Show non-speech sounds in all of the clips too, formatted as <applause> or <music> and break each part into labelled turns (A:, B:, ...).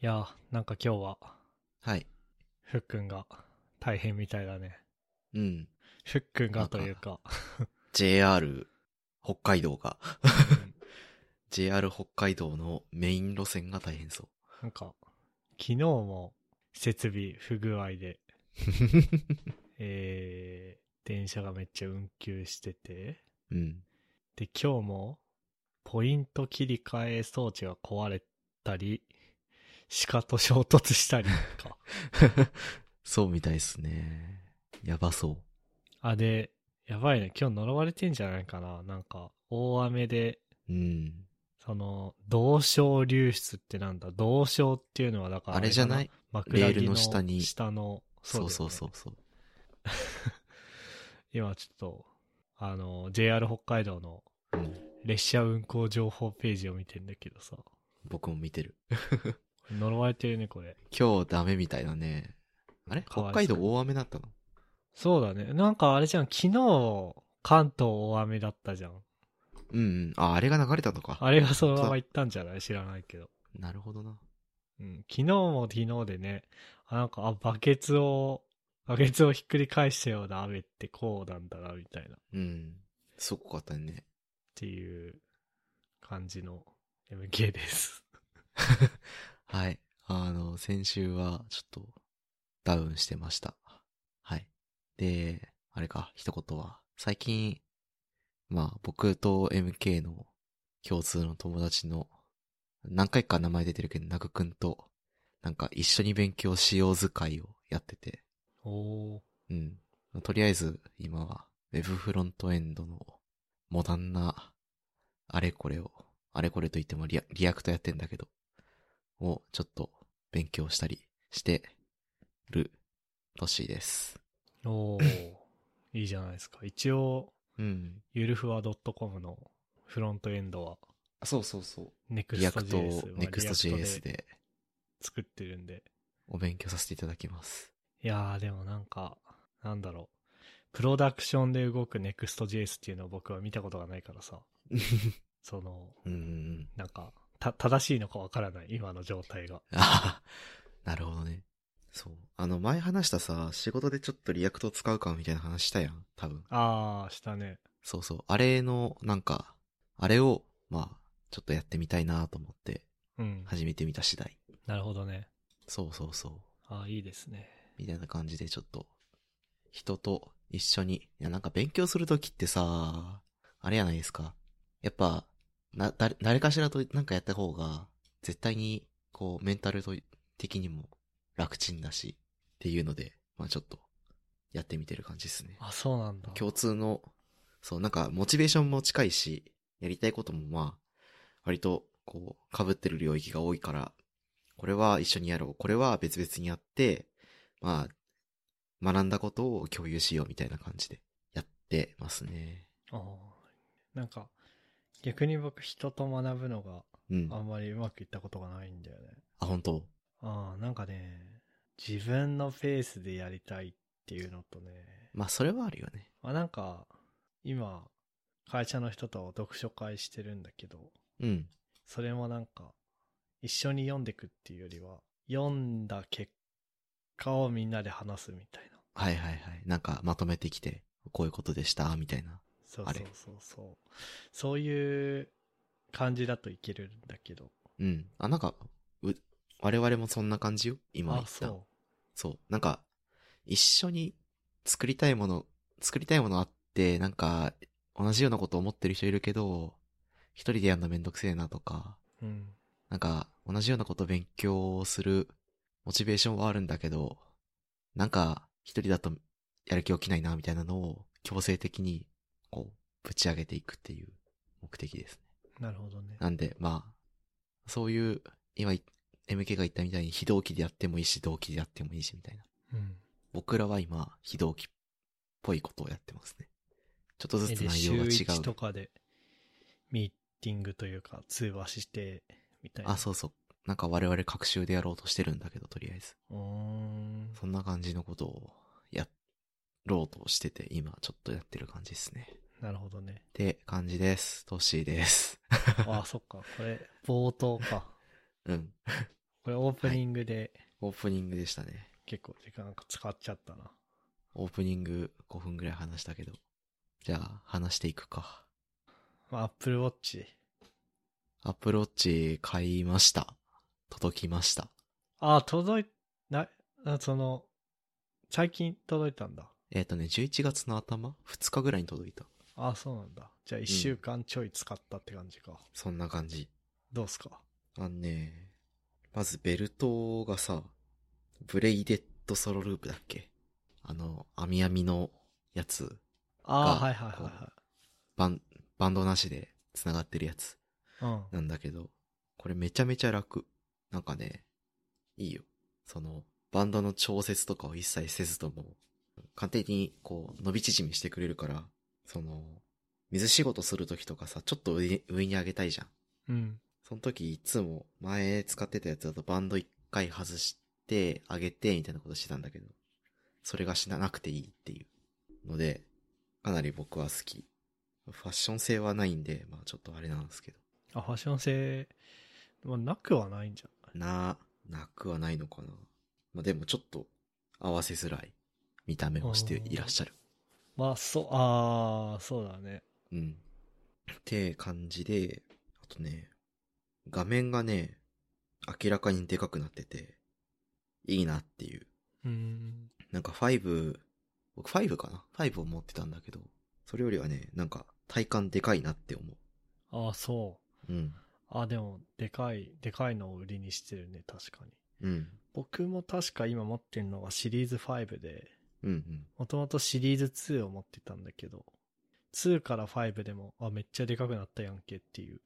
A: いやー、なんか今日は、
B: はい。
A: ふっくんが大変みたいだね。
B: うん。
A: ふっくん
B: な
A: が
B: ん
A: と
B: か
A: いうか、
B: JR 北海道が、 <laughs>
A: うん、
B: JR 北海道のメイン路線が大変そ
A: なんか、昨日も設備不具合 <laughs> で、
B: う。
A: えー、電車がめっちゃ運休してて、
B: うん。 <laughs>
A: で、今日も、ポイント切り替え装置が壊れたり、鹿と衝突したりと <laughs> か。
B: そうみたいですね。やばそ
A: あ、で、やばいね。今日呪われてんじゃないかな。なんか、大雨で、
B: う。うん。
A: その、同床流出ってなんだ同床っていうのはだから
B: あれじゃない
A: 枕木
B: レールの下に
A: 下の、
B: そうそう
A: だよ
B: そう
A: ね
B: そう。
A: 今ちょっと、あの、JR 北海道の
B: うん。
A: 列車運行情報ページを見てんだけどさ、
B: 僕も見てる。
A: 呪われてるね、これ。
B: 今日ダメみたいだね。あれ
A: かわ
B: 北
A: いそう
B: 海道大雨だったの
A: そうだね。なんかあれじゃん、昨日、関東大雨だったじゃん。
B: うんうん。あ、あれが流れたのか。
A: あれがそのまま行ったんじゃない知らないけど。
B: なるほどな。
A: うん、昨日も昨日でね、あ、なんか、あ、バケツを、バケツをひっくり返したような雨ってこうなんだな、みたいな。
B: うん。すごかったね。
A: っていう感じの MK です。
B: <laughs> はい。あの、先週はちょっとダウンしてました。はい。で、あれか、一言は、最近、まあ僕と MK の共通の友達の、何回か名前出てるけど、ナグくんと、なんか一緒に勉強しよう図解をやってて、
A: おお
B: うん。とりあえず、今は、ウェブフロントエンドの、モダンな、あれこれを、あれこれと言ってもリアリアクトやってんだけど、をちょっと勉強したりしてる年です。
A: ー、お
B: <coughs>
A: ーいいじゃないですか。一応、
B: うん。
A: ゆるふわ .com のフロントエンドは
B: そうそうそう。リアクト
A: Next.js、、
B: Next.js
A: で
B: で
A: 作ってるんで。
B: お勉強させていただきます。
A: いやー、でもなんか、なんだろう。プロダクションで動く Next.js っていうのを僕は見たことがないからさ、
B: <laughs>
A: その、
B: うん。
A: なんか、た、正しいのかわからない、今の状態が。
B: ああ、なるほどね。そう。あの、前話したさ、仕事でちょっとリアクト使うかみたいな話したやん、多分。
A: あー、したね。
B: そうそう。あれの、なんか、あれを、まあ、ちょっとやってみたいなと思って、
A: うん。
B: 始めてみた次第。
A: なるほどね。
B: そうそうそう。
A: あー、いいですね。
B: みたいな感じで、ちょっと、人と一緒に、いや、なんか勉強するときってさ、あれやないですか。やっぱ、な、誰、誰かしらとなんかやった方が、絶対に、こう、メンタルと的にも楽ちんだし、っていうので、まあちょっと、やってみてる感じですね。
A: あ、そうなんだ。
B: 共通の、そう、なんか、モチベーションも近いし、やりたいこともまあ、割と、こう、被ってる領域が多いから、これは一緒にやろう。これは別々にやって、まあ、学んだことを共有しようみたいな感じで、やってますね。
A: あーなんか、逆に僕人と学ぶのが
B: うん。
A: あんまりうまくいったことがないんだよね。
B: あ、本当
A: ああ、なんかね、自分のペースでやりたいっていうのとね、
B: まあ、それはあるよね。
A: まあなんか、今、会社の人と読書会してるんだけど、
B: うん。
A: それもなんか、一緒に読んでくっていうよりは、読んだ結果をみんなで話すみたいな。
B: はいはいはい。なんか、まとめてきて、こういうことでした、みたいな。
A: そう
B: あ
A: そ
B: れ
A: うそうそう。そういう感じだといけるんだけど。
B: うん。あ、なんか、う、我々もそんな感じよ。今言
A: あ、
B: った。
A: そう。
B: そう。なんか、一緒に作りたいもの、作りたいものあって、なんか、同じようなこと思ってる人いるけど、一人でやるのめんどくせえなとか、
A: うん。
B: なんか、同じようなこと勉強するモチベーションはあるんだけど、なんか、一人だとやる気起きないな、みたいなのを強制的に、こう、ぶち上げていくっていう目的ですね。
A: なるほどね。
B: なんで、まあ、そういう、今い、MK が言ったみたいに非同期でやってもいいし、同期でやってもいいし、みたいな。
A: うん。
B: 僕らは今、非同期っぽいことをやってますね。ちょっとず
A: え
B: つ
A: で、
B: 内
A: 週
B: 容が違
A: 1
B: う
A: と。かで、ミーティングというか、通話して、みたいな。
B: あ、そうそう。なんか我々各週でやろうとしてるんだけど、とりあえず。
A: う。うーん。
B: そんな感じのことをやろうとしてて、今ちょっとやってる感じですね。
A: なるほどね。
B: って感じです。トッシーです。 <laughs>
A: あ、そっか。これ、冒頭か。
B: うん。
A: これオープニングで
B: オープニングでしたね。
A: 結構時間使っちゃったな。
B: オープニング5分ぐらい話したけど。じゃあ、話していくか。
A: まあ、Apple Watch。
B: Apple Watch 買いました。届きました。
A: ああ、届い、な、あその、最近届いたんだ。
B: えっ、とね、11月の頭 ?2 日ぐらいに届いた。
A: ああ、そうなんだ。じゃあ1週間ちょい使ったって感じか。
B: そんな感じ。
A: どうすか
B: あのね、まずベルトがさ、ブレイデッドソロループだっけあの、網網のやつ、
A: ああ、
B: が
A: はいはいはいはい。
B: バン、バンドなしで繋がってるやつ
A: うん。
B: なんだけど、これめちゃめちゃ楽。なんかね、いいよ。その、バンドの調節とかを一切せずとも、簡単にこう、伸び縮みしてくれるから、その、水仕事するときとかさ、ちょっと上上に上げたいじゃん。
A: うん。
B: その時いつも前使ってたやつだとバンド一回外して上げてみたいなことしてたんだけど、それがしなくていいっていうので、かなり僕は好き。ファッション性はないんで、まあちょっとあれなんですけど。
A: あ、ファッション性、まあ、なくはないんじゃない
B: な、なくはないのかな。まあでもちょっと合わせづらい見た目をしていらっしゃる。
A: まあ、そう、ああ、そうだね。
B: うん。って感じで、あとね、画面がね、明らかにでかくなってて、いいなっていう。
A: うん。
B: なんか5、僕5かな ?5 を持ってたんだけど、それよりはね、なんか体感でかいなって思
A: ああ、そう。
B: う。うん。
A: あ、でも、でかい、でかいのを売りにしてるね、確かに。
B: うん。
A: 僕も確か今持ってるのがシリーズ5で、
B: うんうん。
A: もともとシリーズ2を持ってたんだけど、2から5でも、あ、めっちゃでかくなったやんけっていう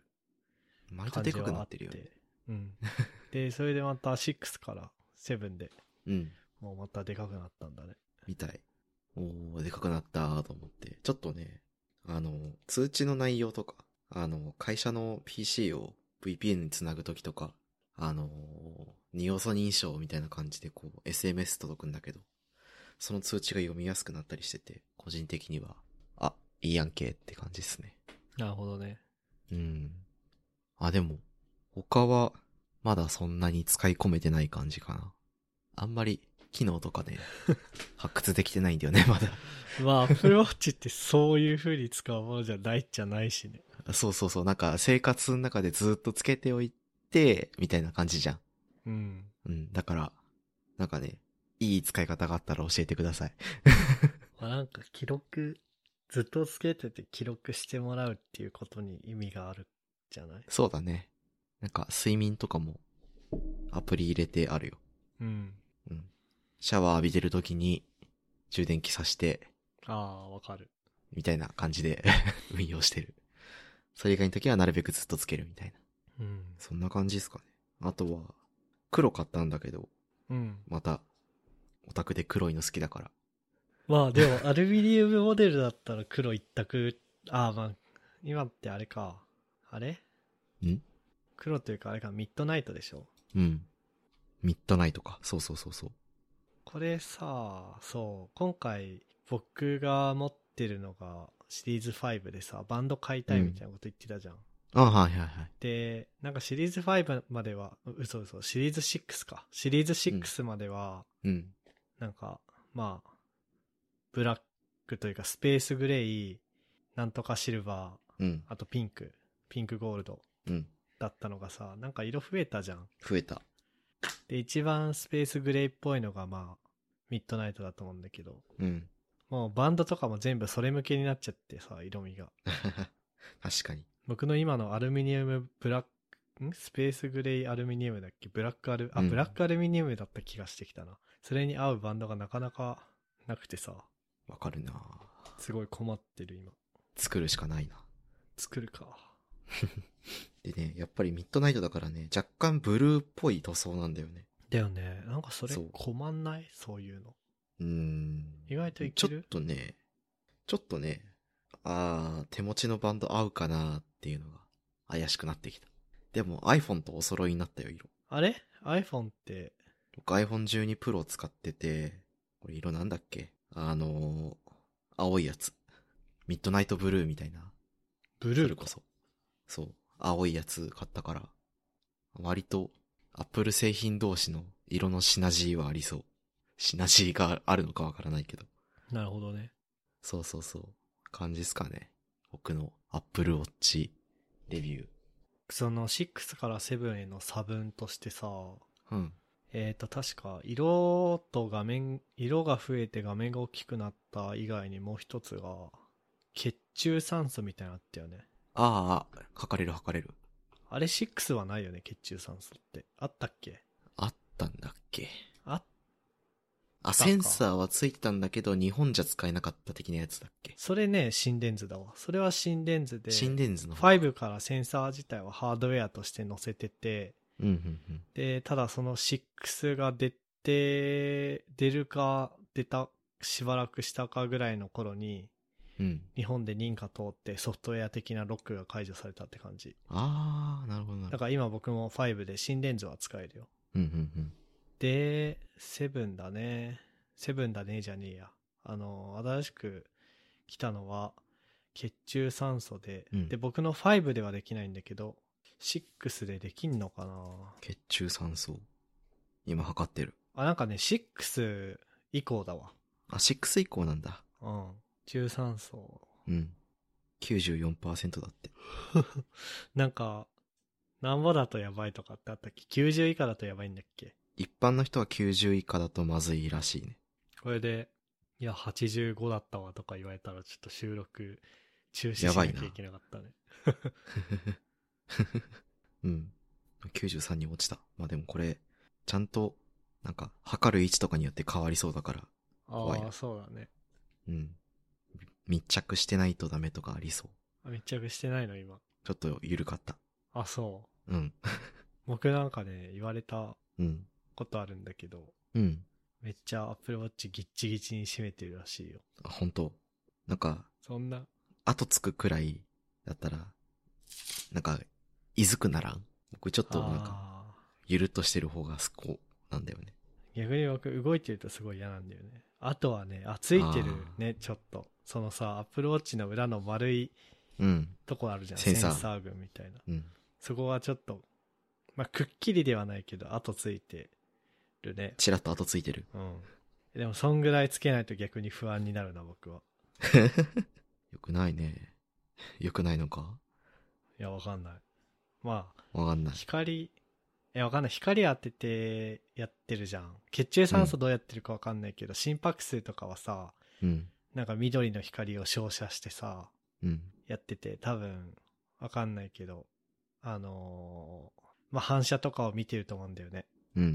B: 割と
A: 感
B: で
A: じ
B: かく
A: は
B: な
A: あ
B: っ
A: ってて。
B: るよね。
A: うん。で、それでまた6から7で
B: うん。
A: もうまたでかくなったんだね。
B: みたい。おー、でかくなったーと思って。ちょっとね、あの、通知の内容とか、あの、会社の PC を VPN につなぐときとか、あの、二要素認証みたいな感じでこう、SMS 届くんだけど、その通知が読みやすくなったりしてて、個人的には、あ、いいやんけって感じですね。
A: <laughs> なるほどね。
B: うん。あ、でも、他は、まだそんなに使い込めてない感じかな。あんまり、機能とかね、 <laughs> 発掘できてないんだよね、まだ。
A: まあ、Apple Watch ってそういう風に使うものじゃないっちゃないしね。
B: そうそうそう、なんか生活の中でずっとつけておいて、みたいな感じじゃん。
A: うん。
B: うん、だから、なんかね、いい使い方があったら教えてください。
A: まあ、なんか記録、ずっとつけてて記録してもらうっていうことに意味があるじゃない
B: そうだね。なんか睡眠とかも、アプリ入れてあるよ。
A: うん。
B: うん。シャワー浴びてる時に、充電器さして、
A: ああ、わかる。
B: みたいな感じで <laughs> 運用してる。それ以外の時はなるべくずっとつけるみたいな。
A: うん。
B: そんな感じですかね。あとは、黒買ったんだけど、
A: うん。
B: また、オタクで黒いの好きだから。
A: まあでも、アルミニウムモデルだったら黒一択、ああまあ、今ってあれか。あれ
B: ん
A: 黒というかあれか、ミッドナイトでしょ
B: うん。ミッドナイトか。そうそうそうそう。
A: これさ、そう、今回僕が持ってるのがシリーズ5でさ、バンド買いたいみたいなこと言ってたじゃん。
B: あはいはいはい。
A: で、なんかシリーズ5までは、う嘘嘘、シリーズ6か。シリーズ6までは、
B: うん。
A: なんか、まあ、ブラックというかスペースグレイ、なんとかシルバー、
B: うん。
A: あとピンク、ピンクゴールド
B: うん。
A: だったのがさ、なんか色増えたじゃん。
B: 増えた。
A: で、一番スペースグレーっぽいのがまあ、ミッドナイトだと思うんだけど、
B: うん。 <laughs>
A: もうバンドとかも全部それ向けになっちゃってさ、色味が。
B: 確かに。
A: 僕の今のアルミニウムブラック、んスペースグレーアルミニウムだっけブラックアル、あ、
B: うん
A: ブラックアルミニウムだった気がしてきたな。それに合うバンドがなかなかなくてさ、
B: わかるな
A: すごい困ってる今。
B: 作るしかないな。
A: 作るか。
B: でね、やっぱりミッドナイトだからね、若干ブルーっぽい塗装なんだよね。
A: だよね。なんかそれ
B: そう
A: 困んないそういうの。
B: うーん。
A: 意外とい
B: ちょ
A: け
B: っ
A: る
B: とね、ちょっとね、あー、手持ちのバンド合うかなーっていうのが怪しくなってきた。でも iPhone とお揃いになったよ、色。
A: あれ ?iPhone って、
B: 僕 iPhone12 Pro 使ってて、これ色なんだっけあのー、青いやつ。ミッドナイトブルーみたいな。
A: ブ
B: そ
A: ル
B: れ
A: ー
B: こそ。そう。青いやつ買ったから、割と Apple 製品同士の色のシナジーはありそう。シナジーがあるのかわからないけど。
A: なるほどね。
B: そうそうそう。感じですかね。僕の Apple Watch レビュー。
A: その6から7への差分としてさ、
B: うん。
A: えっ、と、確か、色と画面、色が増えて画面が大きくなった以外にもう一つが、血中酸素みたいなのあったよね。
B: ああ、測れる測れる。
A: あれ6はないよね、血中酸素って。あったっけ
B: あったんだっけ。
A: あ、
B: あ、
A: たか
B: センサーはついてたんだけど、日本じゃ使えなかった的なやつだっけ。
A: それね、心電図だわ。それは心電図で、
B: 心電図の方。
A: 5からセンサー自体はハードウェアとして載せてて、
B: うんうんうん。
A: で、ただその6が出て、出るか、出た、しばらくしたかぐらいの頃に、
B: うん。
A: 日本で認可通ってソフトウェア的なロックが解除されたって感じ。
B: ああ、なるほどな
A: だ
B: るほど。
A: から今僕も5で心電図は使えるよ。
B: うんうんうん。
A: で、7だね。7だねじゃねえや。あの、新しく来たのは血中酸素で、
B: うん
A: で、僕の5ではできないんだけど、6でできんのかな
B: 血中酸素。今測ってる。
A: あ、なんかね、6以降だわ。
B: あ、6以降なんだ。
A: うん。中酸素。 <laughs>
B: うん。94%だって。
A: なんか、なんぼだとやばいとかってあったっけ ?90 以下だとやばいんだっけ
B: 一般の人は90以下だとまずいらしいね。
A: これで、いや、85だったわとか言われたら、ちょっと収録中止し
B: や
A: なきゃ
B: ばい
A: い
B: な
A: けなかったね。
B: うん。93に落ちた。まあでもこれ、ちゃんと、なんか、測る位置とかによって変わりそうだから、
A: あ
B: 怖い
A: あ、
B: な
A: そうだね。
B: うん。密着してないとダメとかありそう。
A: あ密着してないの、今。
B: ちょっと緩かった。
A: あ、そう。
B: うん。
A: 僕なんかね、言われた
B: うん。
A: ことあるんだけど、
B: うん。
A: めっちゃ Apple Watch ギッチギチに締めてるらしいよ。
B: あ、本当なんか、
A: そんな、
B: 後つくくらいだったら、なんか、いずくならん僕ちょっとなんか、
A: ああ
B: ゆるっとしてる方が好きなんだよね。
A: ー逆に僕動いてるとすごい嫌なんだよね。あとはね、あ、ついてるね、ちょっと。そのさ、Apple Watch の裏の丸い
B: うん。
A: とこあるじゃん。
B: センサー
A: センサー群みたいな。
B: うん。
A: そこはちょっと、まあ、くっきりではないけど、後ついてるね。
B: ちらっと後ついてる。
A: うん。でも、そんぐらいつけないと逆に不安になるな、僕は。
B: よくないね。よくないのか
A: いや、わかんない。ま
B: わかんな
A: あ、
B: い。
A: 光、いや、わかんない。光当ててやってるじゃん。血中酸素どうやってるかわかんないけど、心拍数とかはさ、
B: うん。
A: なんか緑の光を照射してさ、
B: うん。
A: やってて、多分、わかんないけど、あのーまあ、反射とかを見てると思うんだよね。
B: うん。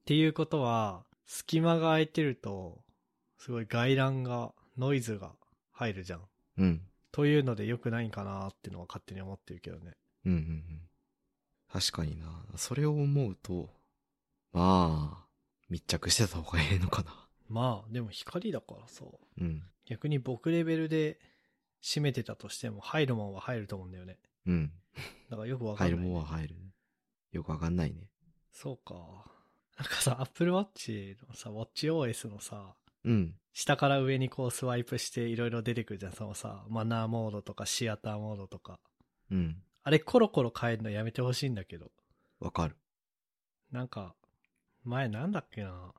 A: っていうことは、隙間が空いてると、すごい外乱が、ノイズが入るじゃん。
B: うん。
A: というので良くないんかなっていうのは勝手に思ってるけどね。
B: うんうんうん。確かにな。それを思うと、まあ、密着してた方がいいのかな。
A: まあ、でも光だからさ、
B: うん。
A: 逆に僕レベルで閉めてたとしても入るもんは入ると思うんだよね。
B: うん。
A: だからよくわかん
B: 入
A: な
B: る
A: い、
B: もんは入る。よくわかんないね。
A: そうか。なんかさ、Apple Watch のさ、WatchOS のさ、
B: うん。
A: 下から上にこうスワイプしていろいろ出てくるじゃん。そのさ、マナーモードとかシアターモードとか。
B: うん。
A: あれコロコロ変えるのやめてほしいんだけど。
B: わかる。
A: なんか、前なんだっけな。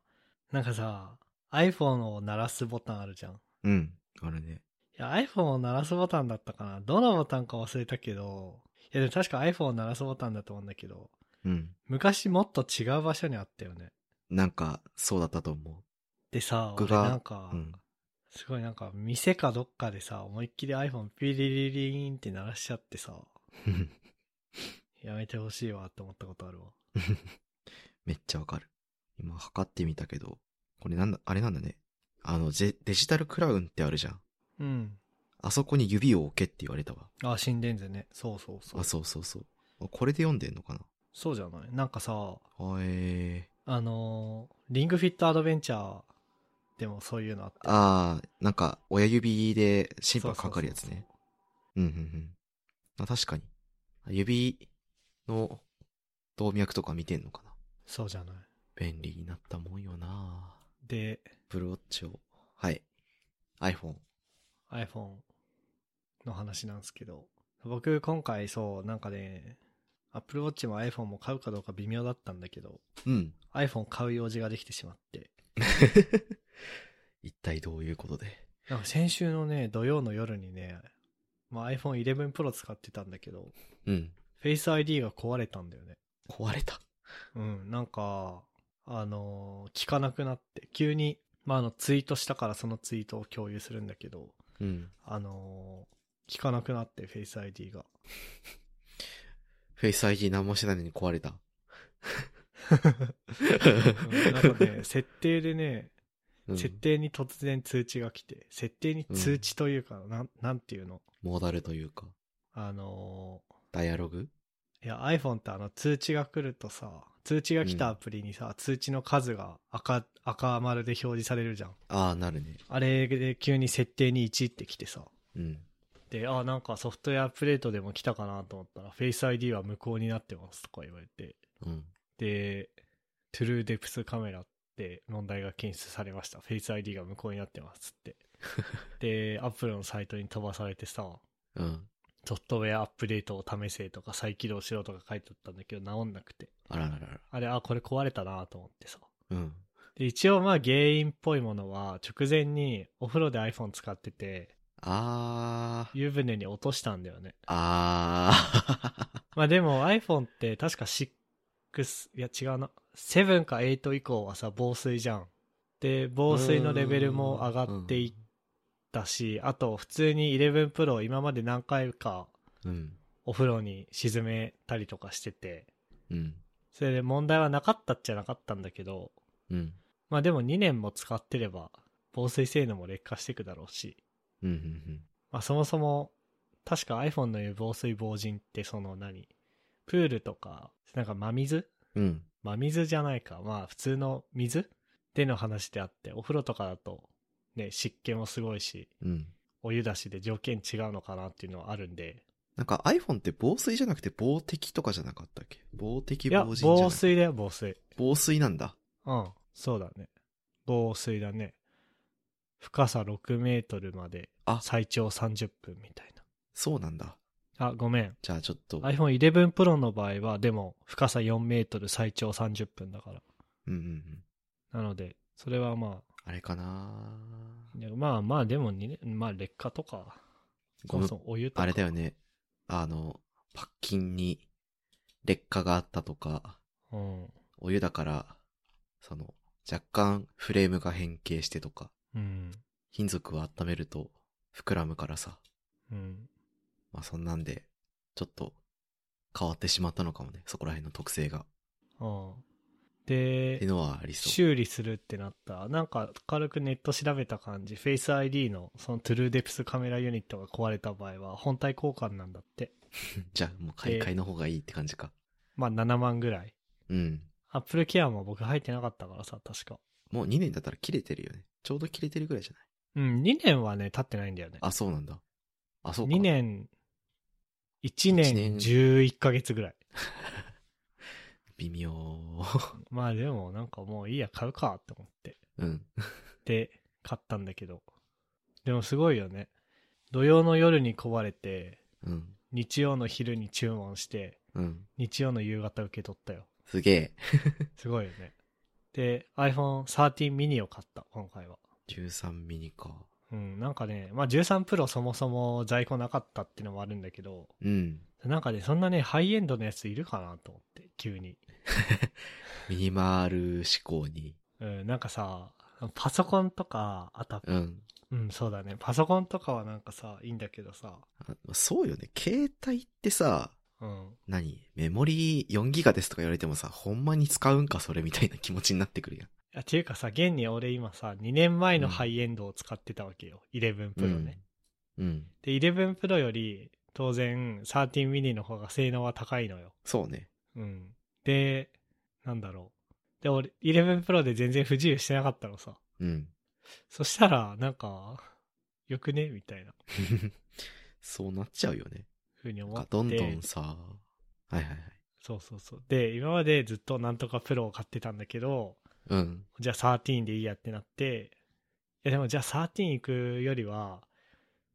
A: なんかさ、iPhone を鳴らすボタンあるじゃん。い
B: うん。あるね。
A: や、iPhone を鳴らすボタンだったかな。どのボタンか忘れたけど、いや、でも確か iPhone を鳴らすボタンだと思うんだけど、
B: うん。
A: 昔もっと違う場所にあったよね。
B: なんか、そうだったと思
A: でさ、
B: 僕
A: 俺
B: が
A: なんか、
B: う。うん。
A: すごいなんか、店かどっかでさ、思いっきり iPhone ピリリリーンって鳴らしちゃって
B: <laughs>
A: さ、やめてほしいわって思ったことあるわ。
B: めっちゃわかる。今測ってみたけど、これなんだ、あれなんだね。あの、ジェデジタルクラウンってあるじゃん。
A: うん。
B: あそこに指を置けって言われたわ。
A: あ、心電図ね。そうそうそう
B: あ、。そうそうそう。あこれで読んでんのかな
A: そうじゃないなんかさ、
B: はえ
A: あのーリングフィットアドベンチャーでもそういうのあって
B: ー。。あー、なんか、親指で心拍かかるやつ
A: そうそう
B: ね
A: そ。
B: うんうんうん。あ、確かに。指の動脈とか見てんのかな
A: う。そうじゃない。
B: 便利になったもんよな
A: で、
B: プロッチを。はい。iPhone。
A: iPhone の話なんですけど、僕今回そう、なんかね、 Apple Watch も iPhone も買うかどうか微妙だったんだけど、
B: うん。
A: iPhone 買う用事ができてしまって。
B: 一体どういうことで。
A: なんか先週のね、土曜の夜にね、まあ、iPhone 11 Pro 使ってたんだけど、
B: うん。
A: Face ID が壊れたんだよね。
B: 壊れた。
A: うん、なんか、あのー聞かなくなって、急に、まあ、あの、ツイートしたからそのツイートを共有するんだけど、
B: うん。
A: あのー聞かなくなって、Face ID が。
B: フェイス ID 何もしてないのに壊
A: <laughs>
B: れた。
A: うんなんかね、設定でね、
B: うん
A: 設定に突然通知が来て、設定に通知というか、なん、なんていうの
B: モーダルというか、
A: あの
B: ダイアログ
A: ーいや、iPhone ってあの、通知が来るとさ、通知が来たアプリにさ、通知の数が赤、赤丸で表示されるじゃん。
B: ああ、なるね。
A: あれで急に設定に1って来てさ、
B: うん。
A: で、あ、なんかソフトウェアアップデートでも来たかなと思ったら、Face ID は無効になってますとか言われて、
B: うん。
A: で、True Depth カメラって問題が検出されました。Face ID が無効になってますって。で、Apple のサイトに飛ばされてさ、
B: うん。
A: ソフトウェアアップデートを試せとか再起動しろとか書いてあったんだけど治んなくて。
B: あらららら。
A: あれ、あ、これ壊れたなと思ってさ。
B: うん。
A: で、一応まあ原因っぽいものは直前にお風呂で iPhone 使ってて、
B: あー。
A: 湯船に落としたんだよね。
B: あ
A: まあでも iPhone って確か6、いや違うな、7か8以降はさ、防水じゃん。で、防水のレベルも上がっていったし、あと普通に11 Pro 今まで何回か
B: ー。 <laughs> うん。
A: お風呂に沈めたりとかしてて、
B: うん。
A: それで問題はなかったっちゃなかったんだけど、
B: うん。
A: まあでも2年も使ってれば防水性能も劣化していくだろうし、
B: うん。うん。
A: まあそもそも確か iPhone の言う防水防塵ってその何プールとか、なんか真水
B: うん。うん
A: まあ水じゃないか。まあ普通の水での話であって、お風呂とかだとね、湿気もすごいし、
B: うん。
A: お湯だしで条件違うのかなっていうのはあるんで。
B: なんか iPhone って防水じゃなくて防滴とかじゃなかったっけ防滴
A: い
B: 防
A: や
B: 塵、じゃな
A: 防
B: い
A: 水だよ、防水。
B: 防水なんだ。
A: うん、そうだね。防水だね。深さ6メートルまで
B: あ、
A: 最長30分みたい
B: そうなんだ。
A: な。あ、ごめん。
B: じゃあちょっと。
A: iPhone 11 Pro の場合は、でも深さ4メートル最長30分だから。
B: うんうんうん。
A: なので、それはま
B: あれかな
A: あ、いやまあまあでもにね、まあ劣化とか、そ
B: ごめ
A: も
B: ん
A: そもお湯とか。
B: あれだよね。あの、パッキンに劣化があったとか、
A: うん。
B: お湯だから、その、若干フレームが変形してとか、
A: うん。
B: 金属を温めると膨らむからさ。
A: うん。
B: まあそんなんで、ちょっと変わってしまったのかもね。そこら辺の特性が。
A: うん。
B: ってい
A: で
B: う、のはありそう。
A: 修理するってなったら、なんか軽くネット調べた感じ、Face ID のその True Depth カメラユニットが壊れた場合は本体交換なんだって。
B: じゃあもう買い
A: で
B: 替えの方がいいって感じか。
A: まあ7万ぐらい。
B: うん。
A: Apple Care も僕入ってなかったからさ、確か。
B: もう2年だったら切れてるよね。ちょうど切れてるぐらいじゃない
A: うん、2年はね、経ってないんだよね。
B: あ、そうなんだ。あ、そうか。
A: 2年、1
B: 一
A: 年
B: 年
A: 11ヶ月ぐらい。
B: 微妙。 <laughs>
A: まあでもなんかもういいや、買うかって思って。
B: うん。
A: で、買ったんだけど。でもすごいよね。土曜の夜に壊れて、
B: うん。
A: 日曜の昼に注文して、
B: うん。
A: 日曜の夕方受け取ったよ。
B: すげえ。
A: すごいよね。で、iPhone 13 mini を買った、今回は。
B: 13ミニか。
A: うん、なんかね、まあ13 Pro そもそも在庫なかったっていうのもあるんだけど、
B: うん。
A: なんかね、そんなね、ハイエンドのやついるかなと思って、急に。
B: ミニマル思考に。
A: うん、なんかさ、パソコンとか、あとは、
B: うん。
A: うん、そうだね、パソコンとかはなんかさ、いいんだけどさ、
B: あそうよね。携帯ってさ、
A: うん、
B: 何メモリー4ギガですとか言われてもさ、ほんまに使うんかそれみたいな気持ちになってくるやん。
A: いやっていうかさ、現に俺今さ、2年前のハイエンドを使ってたわけよ。11 Pro ね。
B: うん。うん。
A: で、11 Pro より、当然、13 mini の方が性能は高いのよ。
B: そうね。
A: うん。で、なんだろう。で、俺、11 Pro で全然不自由してなかったのさ。
B: うん。 <laughs>
A: そしたら、なんか、よくねみたいな
B: そうなっちゃうよね。
A: 風に思
B: な
A: っ
B: ん
A: て。
B: かどんどんさ、はいはいはい。
A: そうそうそう。で、今までずっとなんとか Pro を買ってたんだけど、
B: うん。
A: じゃあ13でいいやってなって、いやでもじゃあ13行くよりは、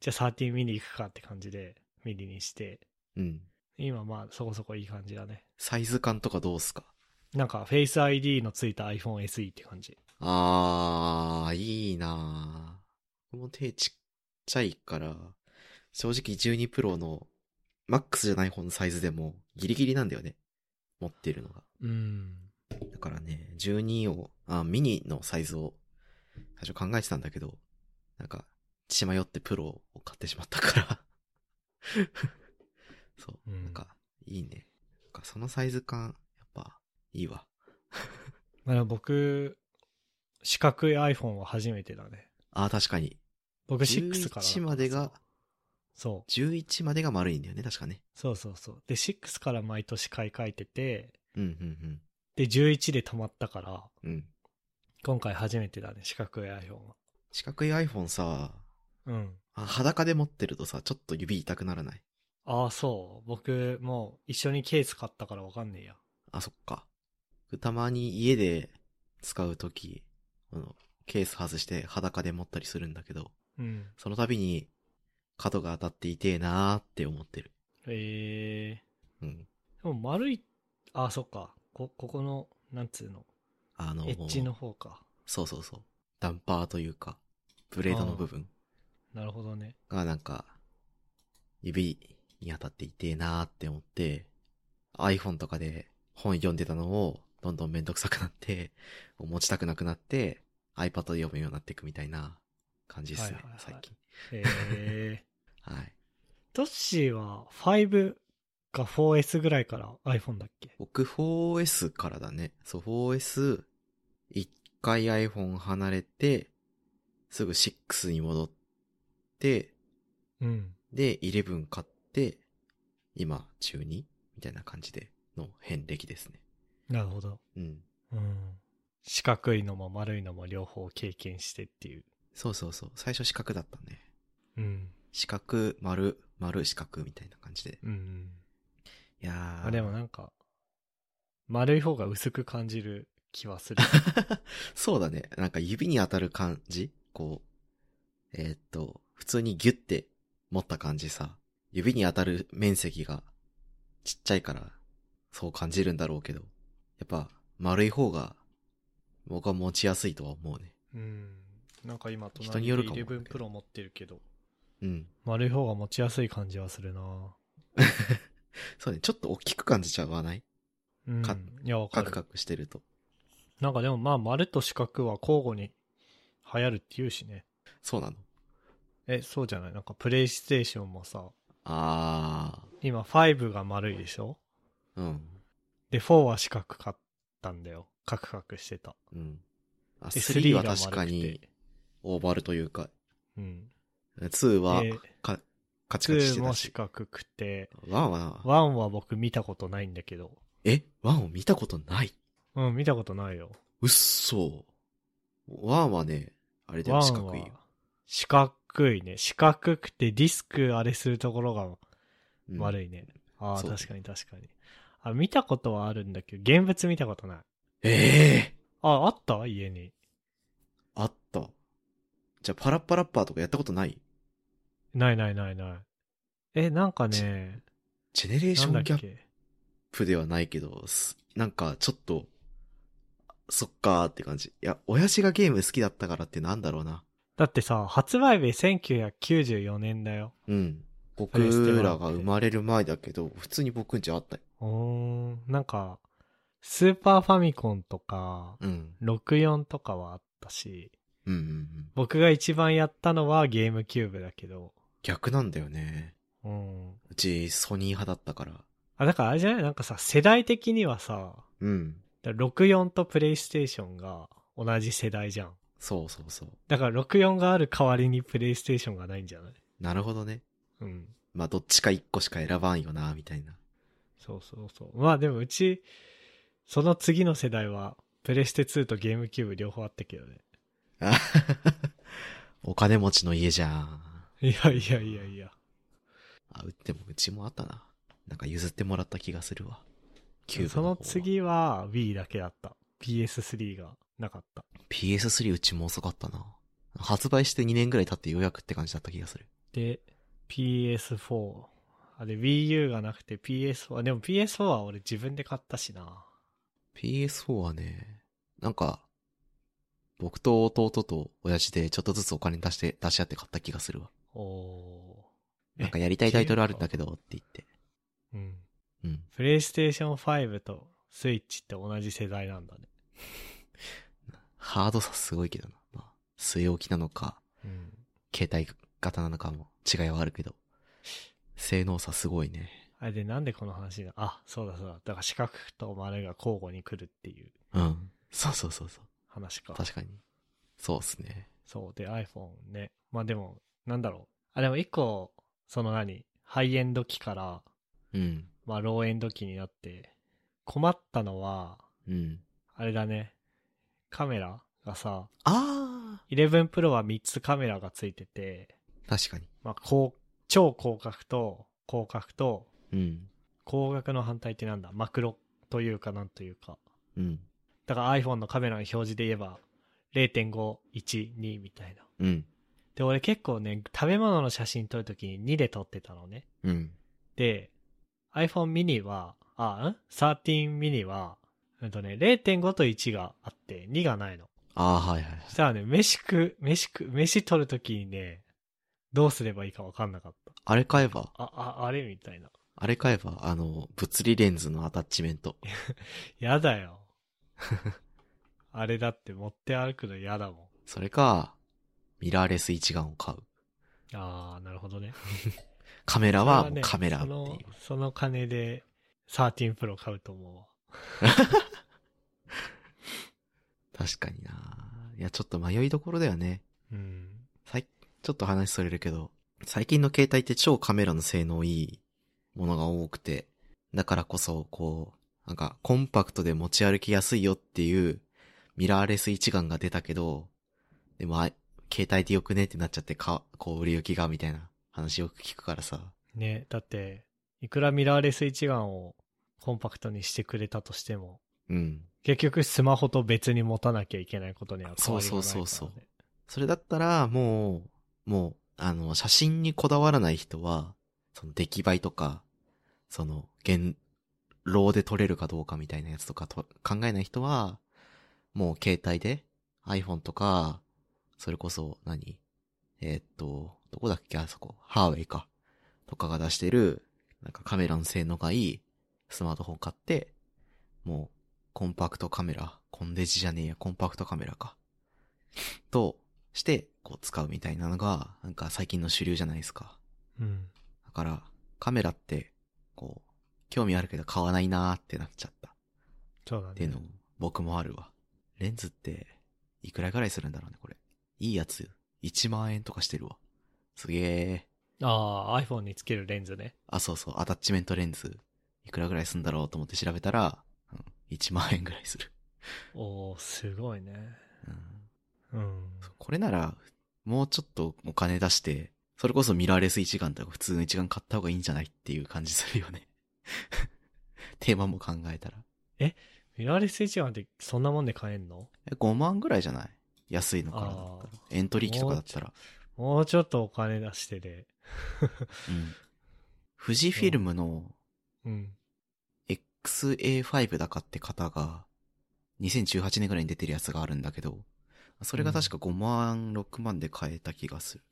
A: じゃあ13ミニ行くかって感じで、ミニにして、
B: うん。
A: 今まあそこそこいい感じだね。
B: サイズ感とかどうっすか
A: なんか Face ID のついた iPhone SE って感じ。
B: あー、いいなぁ。僕も手ちっちゃいから、正直12プロの MAX じゃない方のサイズでもギリギリなんだよね。持ってるのが。
A: うん。
B: だからね、12を、あ、ミニのサイズを最初考えてたんだけど、なんか、血迷ってプロを買ってしまったから。 <laughs> そうう、
A: ん
B: なんか、いいね。なんかそのサイズ感、やっぱ、いいわ。
A: まあでも僕、四角い iPhone は初めてだね。
B: ああ、確かに。
A: 僕6からだから
B: 11までが、
A: そう。
B: 11までが丸いんだよね、確かね。
A: そうそうそう。で、6から毎年買い替えてて、
B: うん、うん、
A: で、11で止まったから、
B: うん。うん。
A: 今回初めてだね、四角い iPhone は。
B: 四角い iPhone さ、
A: うん。
B: あ裸で持ってるとさ、ちょっと指痛くならない。
A: ああ、そう。僕、もう一緒にケース買ったからわかんねえや。
B: あ、そっか。たまに家で使うとき、あの、ケース外して裸で持ったりするんだけど、
A: うん。
B: その度に角が当たって痛えなーって思ってる。
A: え
B: うん。
A: ー。でも丸い、ああ、そっか。こ、ここの、なんつうの、
B: あの、
A: エッジの方か。
B: そうそうそう。ダンパーというか、ブレードの部分
A: なるほどね。
B: がなんか、指に当たって痛えなーって思って、iPhone とかで本読んでたのをどんどんめんどくさくなって、持ちたくなくなって、iPad で読むようになっていくみたいな感じですね、
A: はいはいはい
B: 最近。
A: えー。 <laughs>
B: はい。
A: トッシーは5か 4S ぐらいから iPhone だっけ
B: 僕 4S からだね。そう、4S、一回 iPhone 離れて、すぐ6に戻って、
A: うん。
B: で、11買って、今 12? みたいな感じでの遍歴ですね。
A: なるほど。
B: うん。
A: うん。四角いのも丸いのも両方経験してっていう。
B: そうそうそう。最初四角だったね。
A: うん。
B: 四角、丸、丸、四角みたいな感じで。
A: うん。
B: いや
A: ま
B: ー。
A: あでもなんか、丸い方が薄く感じる気はする。
B: そうだね。なんか指に当たる感じこう、えーっと、普通にギュって持った感じさ。指に当たる面積がちっちゃいから、そう感じるんだろうけど。やっぱ、丸い方が、僕は持ちやすいとは思うね。
A: うん。なんか今、
B: 人
A: 隣
B: に
A: で
B: よるかもね
A: 11 Pro 持ってるけど、
B: うん。
A: 丸い方が持ちやすい感じはするな
B: そうね。ちょっと大きく感じちゃわない
A: うん
B: か。
A: いや、わか
B: カク
A: る。
B: カクしてると。
A: なんかでもまあ、丸と四角は交互に流行るって言うしね。
B: そうなの
A: え、そうじゃないなんかプレイステーションもさ、
B: あ
A: 今5が丸いでしょ
B: ー。うん。
A: で、4は四角かったんだよ。カクカクしてた。
B: うん。あ、
A: で
B: 3は
A: が
B: 確か
A: 丸くて
B: に、オーバルというか、
A: うん。
B: 2は
A: で、
B: か、カチカチして
A: 2
B: た
A: も四
B: し。
A: 角くて、
B: 1は、
A: 1は僕見たことないんだけど。
B: え ?1 を見たことない
A: うん、見たことないよ。
B: うっそ1はね、あれ
A: 1
B: だよ、
A: は
B: 四角いよ。
A: 四角いね。四角くてディスクあれするところが
B: うん
A: 悪いね。ああ、
B: そう
A: 確かに確かに。あ、見たことはあるんだけど、現物見たことない。
B: ええ
A: あ、あった家に。
B: あった。じゃあ、パラッパラッパーとかやったことない
A: ないないないない。え、なんかね、
B: ジェネレー
A: な
B: シ
A: ん
B: ョ
A: だ
B: ンギャ
A: っ
B: ッ
A: け。
B: プではないけど、すなんか、ちょっと、そっかーって感じ。いや、親父がゲーム好きだったからってなんだろうな。
A: だってさ、発売日1994年だよ。
B: うん。僕
A: プレステワン
B: らが生まれる前だけど、普通に僕んちあったよ。
A: うーん、なんか、スーパーファミコンとか、
B: うん。
A: 64とかはあったし、
B: うんうんうん。
A: 僕が一番やったのはゲームキューブだけど、
B: 逆なんだよね。
A: うん。
B: うち、ソニー派だったから。
A: あ、だからあれじゃないなんかさ、世代的にはさ、
B: うん。
A: だから64とプレイステーションが同じ世代じゃん。
B: そうそうそう。
A: だから64がある代わりにプレイステーションがないんじゃない
B: なるほどね。
A: うん。
B: まあ、どっちか一個しか選ばんよな、みたいな。
A: そうそうそう。まあでもうち、その次の世代は、プレステ2とゲームキューブ両方あったけどね。
B: あお金持ちの家じゃん。
A: いやいやいやいや。
B: あ、うってもうちもあったな。なんか譲ってもらった気がするわ。キューブ
A: その
B: 方は。
A: 次は Wii だけだった。PS3 がなかった。
B: PS3 うちも遅かったな。発売して2年ぐらい経ってようやくって感じだった気がする。
A: で、PS4、あれ Wii U がなくて PS4。でも PS4 は俺自分で買ったしな。
B: PS4 はね、なんか、僕と弟と親父でちょっとずつお金出して、出し合って買った気がするわ。
A: おおー。
B: なんかやりたいタイトルあるんだけどって言って。
A: え。うん。
B: うん。
A: プレイステーション5とスイッチって同じ世代なんだね。
B: ハードさすごいけどな。まあ、据え置きなのか、
A: うん。
B: 携帯型なのかも違いはあるけど、性能差すごいね。
A: あれでなんでこの話なあ、そうだそうだ。だから四角と丸が交互に来るっていう
B: うん。そうそうそうそう。
A: 話か。
B: 確かに。そうっすね。
A: そう。で iPhone ね。まあでも、なんだろう。あ、でも一個、その何ハイエンド期から、
B: うん。
A: まあローエンド期になって、困ったのは、
B: うん。
A: あれだね。カメラがさ、
B: あ
A: 11 Pro は3つカメラがついてて、
B: ー確かに。
A: まあ、こう、超広角と、広角と、
B: うん。
A: 広角の反対ってなんだマクロというかなんというか。
B: うん。
A: だから iPhone のカメラの表示で言えば、0.5、1、2みたいな。
B: うん。
A: で、俺結構ね、食べ物の写真撮るときに2で撮ってたのね。
B: うん。
A: で、iPhone mini は、あ、ん ?13 mini は、うんとね、0.5と1があって、2がないの。
B: ああ、はいはいはい。
A: したらね、飯食う、飯食う、飯取るときにね、どうすればいいか分かんなかっ
B: あれ買えば、
A: た。あ、あ、あれみたいな。
B: あれ買えば、あの、物理レンズのアタッチメント。
A: やだよ。 <laughs> あれだって持って歩くの嫌だもん。
B: それか、ミラーレス一眼を買う。
A: あー、なるほどね。
B: カメラ
A: それ
B: は
A: ね
B: カメラっ
A: そ
B: ていう。
A: の、その金で13 Pro 買うと思うわ。
B: 確かにないや、ちょっと迷いどころだよね。
A: うん。
B: さい、ちょっと話それるけど、最近の携帯って超カメラの性能いいものが多くて、だからこそ、こう、なんか、コンパクトで持ち歩きやすいよっていう、ミラーレス一眼が出たけど、でも、あ携帯でよくねってなっちゃって、か、こう、売れ行きが、みたいな話よく聞くからさ。
A: ね、だって、いくらミラーレス一眼をコンパクトにしてくれたとしても、
B: うん。
A: 結局スマホと別に持たなきゃいけないことには変わりがないから、ね。
B: そうそうそうそうそれだったら、もう、もう、あの、写真にこだわらない人は、その出来栄えとか、その、現、ローで撮れるかどうかみたいなやつとかと考えない人は、もう携帯で iPhone とか、それこそ何、えーっと、どこだっけあそこ、ハーウェイか。とかが出してる、なんかカメラの性能がいいスマートフォン買って、もう、コンパクトカメラ、コンデジじゃねえや、コンパクトカメラか。として、こう使うみたいなのが、なんか最近の主流じゃないですか。
A: うん。
B: だから、カメラって、こう、興味あるけど買わないなーってなっちゃった。っ
A: そうだ
B: ていう
A: ね
B: の。、僕もあるわ。レンズって、いくらぐらいするんだろうね、これ。いいやつ、1万円とかしてるわ。すげー。
A: ああ、iPhone につけるレンズね。
B: あ、そうそう、アタッチメントレンズ、いくらぐらいするんだろうと思って調べたら、うん、1万円ぐらいする。
A: おー、すごいね。
B: う
A: う
B: ん
A: ん。
B: これなら、もうちょっとお金出して、それこそミラーレス一眼とか普通の一眼買った方がいいんじゃないっていう感じするよね。 <laughs> テーマも考えたら。
A: ミラーレス一眼ってそんなもんで買えんの
B: え5万ぐらいじゃない安いのからだったら
A: あ。
B: エントリー機とかだったら。
A: もうちょっとお金出してで。
B: うん。富士フィルムの
A: うん。
B: XA5 だかって方が、2018年ぐらいに出てるやつがあるんだけど、それが確か5万、6万で買えた気がする。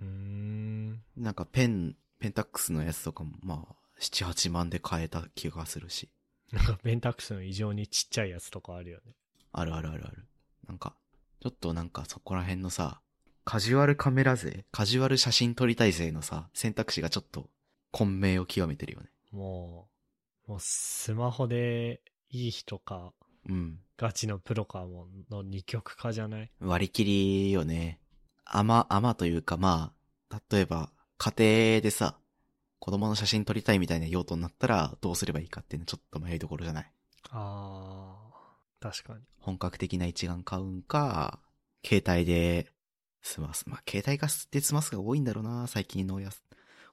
A: うーん。
B: なんかペン、ペンタックスのやつとかも、まあ、7、8万で買えた気がするし。
A: なんかベンタックスの異常にちっちゃいやつとかあるよね。
B: あるあるあるある。なんか、ちょっとなんかそこら辺のさ、カジュアルカメラ勢、カジュアル写真撮りたい勢のさ、選択肢がちょっと混迷を極めてるよね。
A: もう、もうスマホでいい人か、
B: うん。
A: ガチのプロかもの二極化じゃない
B: 割り切りよね。甘、甘というかまあ、例えば、家庭でさ、子供の写真撮りたいみたいな用途になったらどうすればいいかっていうのちょっと迷いどころじゃない。
A: あー、確かに。
B: 本格的な一眼買うんか、携帯で済ます。まあ、携帯がで済ますが多いんだろうな、最近の親す、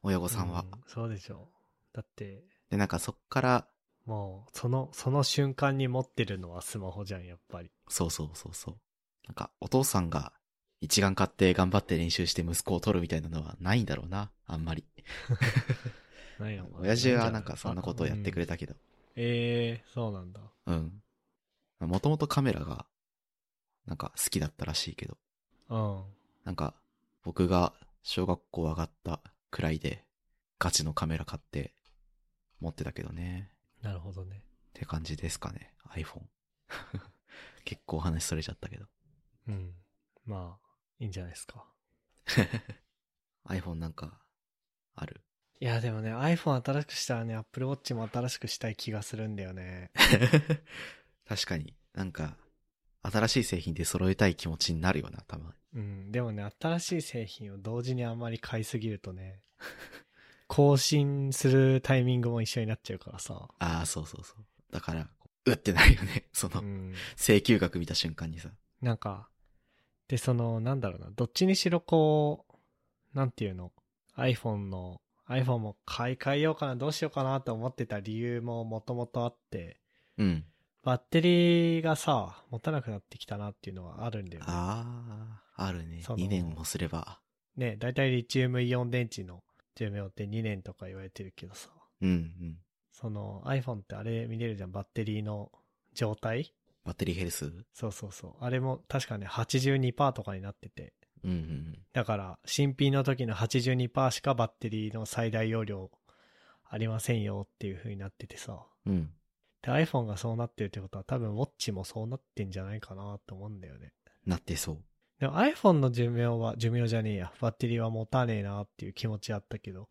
B: 親御さんは。
A: うそうでしょう。だって、
B: で、なんかそっから、
A: もう、その、その瞬間に持ってるのはスマホじゃん、やっぱり。
B: そうそうそうそう。なんか、お父さんが一眼買って頑張って練習して息子を撮るみたいなのはないんだろうな、あんまり。
A: ないのかな
B: 親父はなんかそんなことをやってくれたけど。
A: ええそうなんだ。
B: うん。もともとカメラが、なんか好きだったらしいけど、
A: うん。
B: なんか僕が小学校上がったくらいで、ガチのカメラ買って持ってたけどね。
A: なるほどね。
B: って感じですかね。iPhone。結構話それちゃったけど。
A: うん。まあ、いいんじゃないですか。
B: iPhone なんか、ある <laughs>
A: いや、でもね、iPhone 新しくしたらね、Apple Watch も新しくしたい気がするんだよね。
B: 確かになんか、新しい製品で揃えたい気持ちになるよな、たまに。
A: うん。でもね、新しい製品を同時にあんまり買いすぎるとね、更新するタイミングも一緒になっちゃうからさ。
B: ああ、そうそうそう。だから、うってなるよね。 <laughs> そうの、
A: ん。
B: 請求額見た瞬間にさ。
A: なんか、で、その、なんだろうな、どっちにしろこう、なんていうの、iPhone の、iPhone も買い替えようかな、どうしようかなと思ってた理由ももともとあって、
B: うん。
A: バッテリーがさ、持たなくなってきたなっていうのはあるんだよね。
B: ああ、あるね。
A: その
B: 2年もすれば。
A: ね、だいたいリチウムイオン電池の寿命って2年とか言われてるけどさ、
B: うんうん。
A: その iPhone ってあれ見れるじゃん、バッテリーの状態
B: バッテリーヘルスうん
A: そうそうそう。あれも確かね、82%とかになってて。
B: うんうん。
A: だから、新品の時の82%しかバッテリーの最大容量ありませんよっていう風になっててさ。
B: うん。
A: で、iPhone がそうなってるってことは多分 Watch もそうなってんじゃないかなと思うんだよね。
B: なってそう。
A: でも iPhone の寿命は、寿命じゃねえや。バッテリーは持たねえなっていう気持ちあったけど、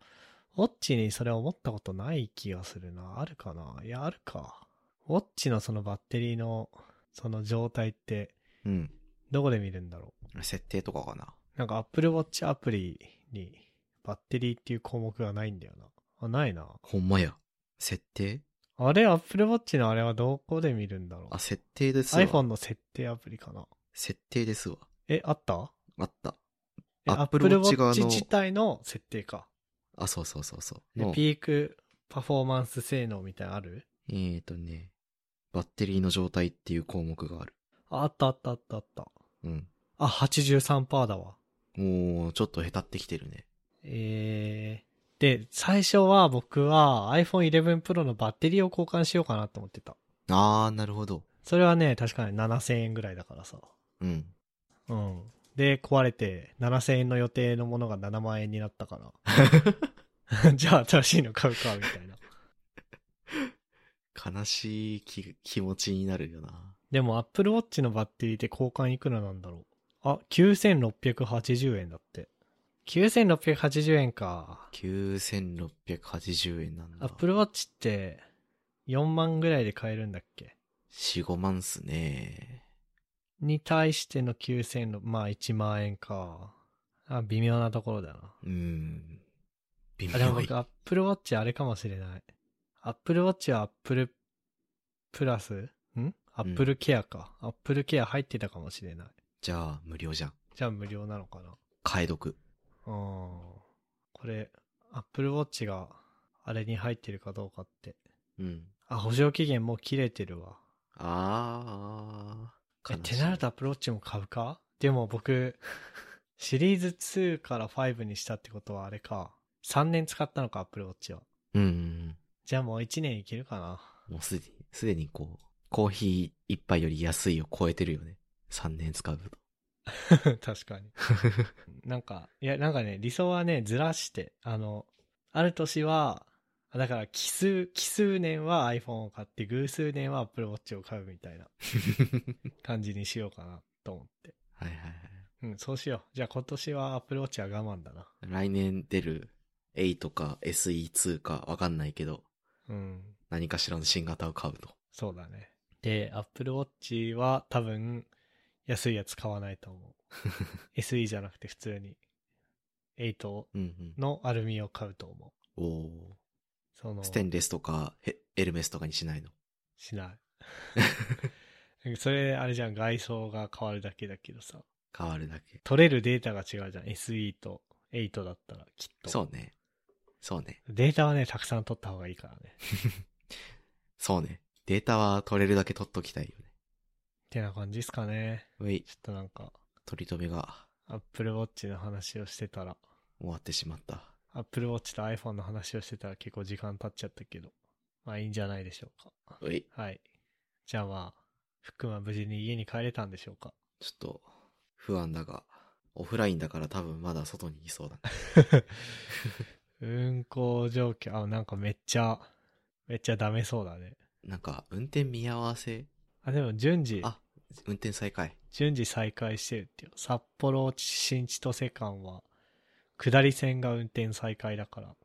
A: Watch にそれ思ったことない気がするな。あるかないや、あるか。Watch のそのバッテリーのその状態って
B: うん。
A: どこで見るんだろう
B: 設定とかかな。
A: なんか Apple Watch アプリにバッテリーっていう項目がないんだよな。あ、ないな。
B: ほんまや。設定
A: あれ ?Apple Watch のあれはどこで見るんだろう
B: あ、設定ですわ。
A: ?iPhone の設定アプリかな。
B: 設定ですわ。
A: え、あった
B: あった。
A: え
B: Apple
A: Apple
B: Watch 側
A: Watch
B: の
A: 自体の設定か。
B: あ、そうそうそうそう。
A: で
B: の
A: ピークパフォーマンス性能みたいなのある
B: えーとね、バッテリーの状態っていう項目がある。
A: ああったあったあったあった。
B: うん。
A: あ、83%だわ。
B: もう、ちょっと下手ってきてるね。
A: えー。で、最初は僕は iPhone 11 Pro のバッテリーを交換しようかなと思ってた。
B: あー、なるほど。
A: それはね、確かに7000円ぐらいだからさ。
B: うん。
A: うん。で、壊れて、7000円の予定のものが7万円になった <laughs> から。じゃあ、新しいの買うか、みたいな。
B: 悲しい気気持ちになるよな。
A: でも、Apple Watch のバッテリーって交換いくらなんだろう。あ、9680円だって。9680円か。
B: 9680円なんだ。
A: Apple Watch って、4万ぐらいで買えるんだっけ
B: 4、5万っすね。
A: に対しての9600、まあ1万円か。あ、微妙なところだな。
B: うん。微
A: あ、でも
B: 妙い
A: 僕、。Apple Watch あれかもしれない。Apple Watch は Apple プラスん ?Apple Care か。Apple Care 入ってたかもしれない。
B: じゃあ、無料じゃん。
A: じゃあ無料なのかな。
B: 買い得。
A: うーん。これ、Apple Watch があれに入ってるかどうかって。
B: うん。
A: あ、保証期限もう切れてるわ。え、っ
B: あー。悲してい
A: なると Apple Watch も買うかでも僕、 <laughs> シリーズ2から5にしたってことはあれか。3年使ったのか、Apple Watch は。
B: うんうん
A: じゃあもう1年いけるかな。
B: うん。もうすでに、すでにこう、コーヒー一杯より安いを超えてるよね。3年使うと。
A: <laughs> 確かに。なんか、いや、なんかね、理想はね、ずらして、あの、ある年は、あだから奇数、奇数年は iPhone を買って、偶数年は Apple Watch を買うみたい
B: <laughs>
A: な感じにしようかなと思って。
B: はいはいはい。
A: うん、そうしよう。じゃあ今年は Apple Watch は我慢だな。
B: 来年出る8か SE2 かわかんないけど、
A: うん、
B: 何かしらの新型を買うと。
A: そうだね。で、Apple Watch は多分、安いやつ買わないと
B: <laughs>
A: 思う。SE じゃなくて普通に、8
B: うんうん。
A: のアルミを買うと思う。
B: おお
A: その
B: ー。ステンレスとかヘエルメスとかにしないの。
A: しない。それ、あれじゃん、外装が変わるだけだけどさ。
B: 変わるだけ。
A: 取れるデータが違うじゃん。SE と8だったら、きっと。
B: そうね。そうね。
A: データはね、たくさん取った方がいいからね。
B: そうね。データは取れるだけ取っときたいよね。
A: ってな感じですかね。
B: うい
A: ちょ、っとなんか、
B: 取り留めが
A: Apple Watch の話をしてたら、
B: 終わってしまった。
A: Apple Watch と iPhone の話をしてたら結構時間経っちゃったけど、まあいいんじゃないでしょうか。
B: うい。
A: はい。じゃあまあ、ふっくんは無事に家に帰れたんでしょうか。
B: ちょっと、不安だが、オフラインだから多分まだ外にいそうだね。 <laughs>
A: 運行状況、あ、なんかめっちゃ、めっちゃダメそうだね。
B: なんか、運転見合わせ、
A: あ、でも順次、
B: あ運転再開。
A: 順次再開してるってよ。札幌新千歳間は、下り線が運転再開だから。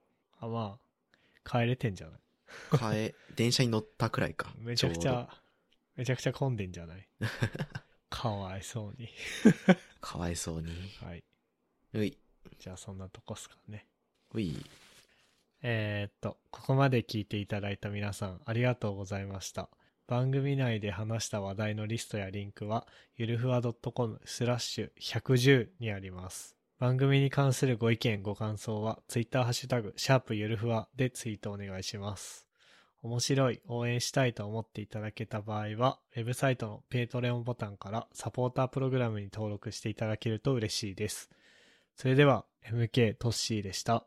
A: あ、まあ、帰れてんじゃない
B: 変
A: <laughs>
B: え、電車に乗ったくらいか。
A: めちゃくち
B: ょう
A: ゃ、めちゃくちゃ混んでんじゃない
B: <laughs>
A: かわいそうに。
B: ど。かわいそうに。
A: はい。
B: うい。
A: じゃあそんなとこっすかね。
B: うい。
A: えーっと、ここまで聞いていただいた皆さんありがとうございました。番組内で話した話題のリストやリンクは、ゆるふわ .com スラッシュ110にあります。番組に関するご意見、ご感想は、ツイッターハッシュタグ、シャープゆるふわでツイートお願いします。面白い、応援したいと思っていただけた場合は、ウェブサイトのペイトレオンボタンからサポータープログラムに登録していただけると嬉しいです。それでは、MK トッシーでした。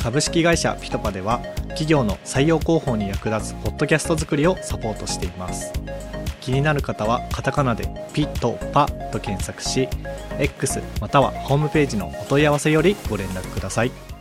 A: 株式会社ピトパでは企業の採用広報に役立つポッドキャスト作りをサポートしています気になる方はカタカナでピトパと検索し X またはホームページのお問い合わせよりご連絡ください。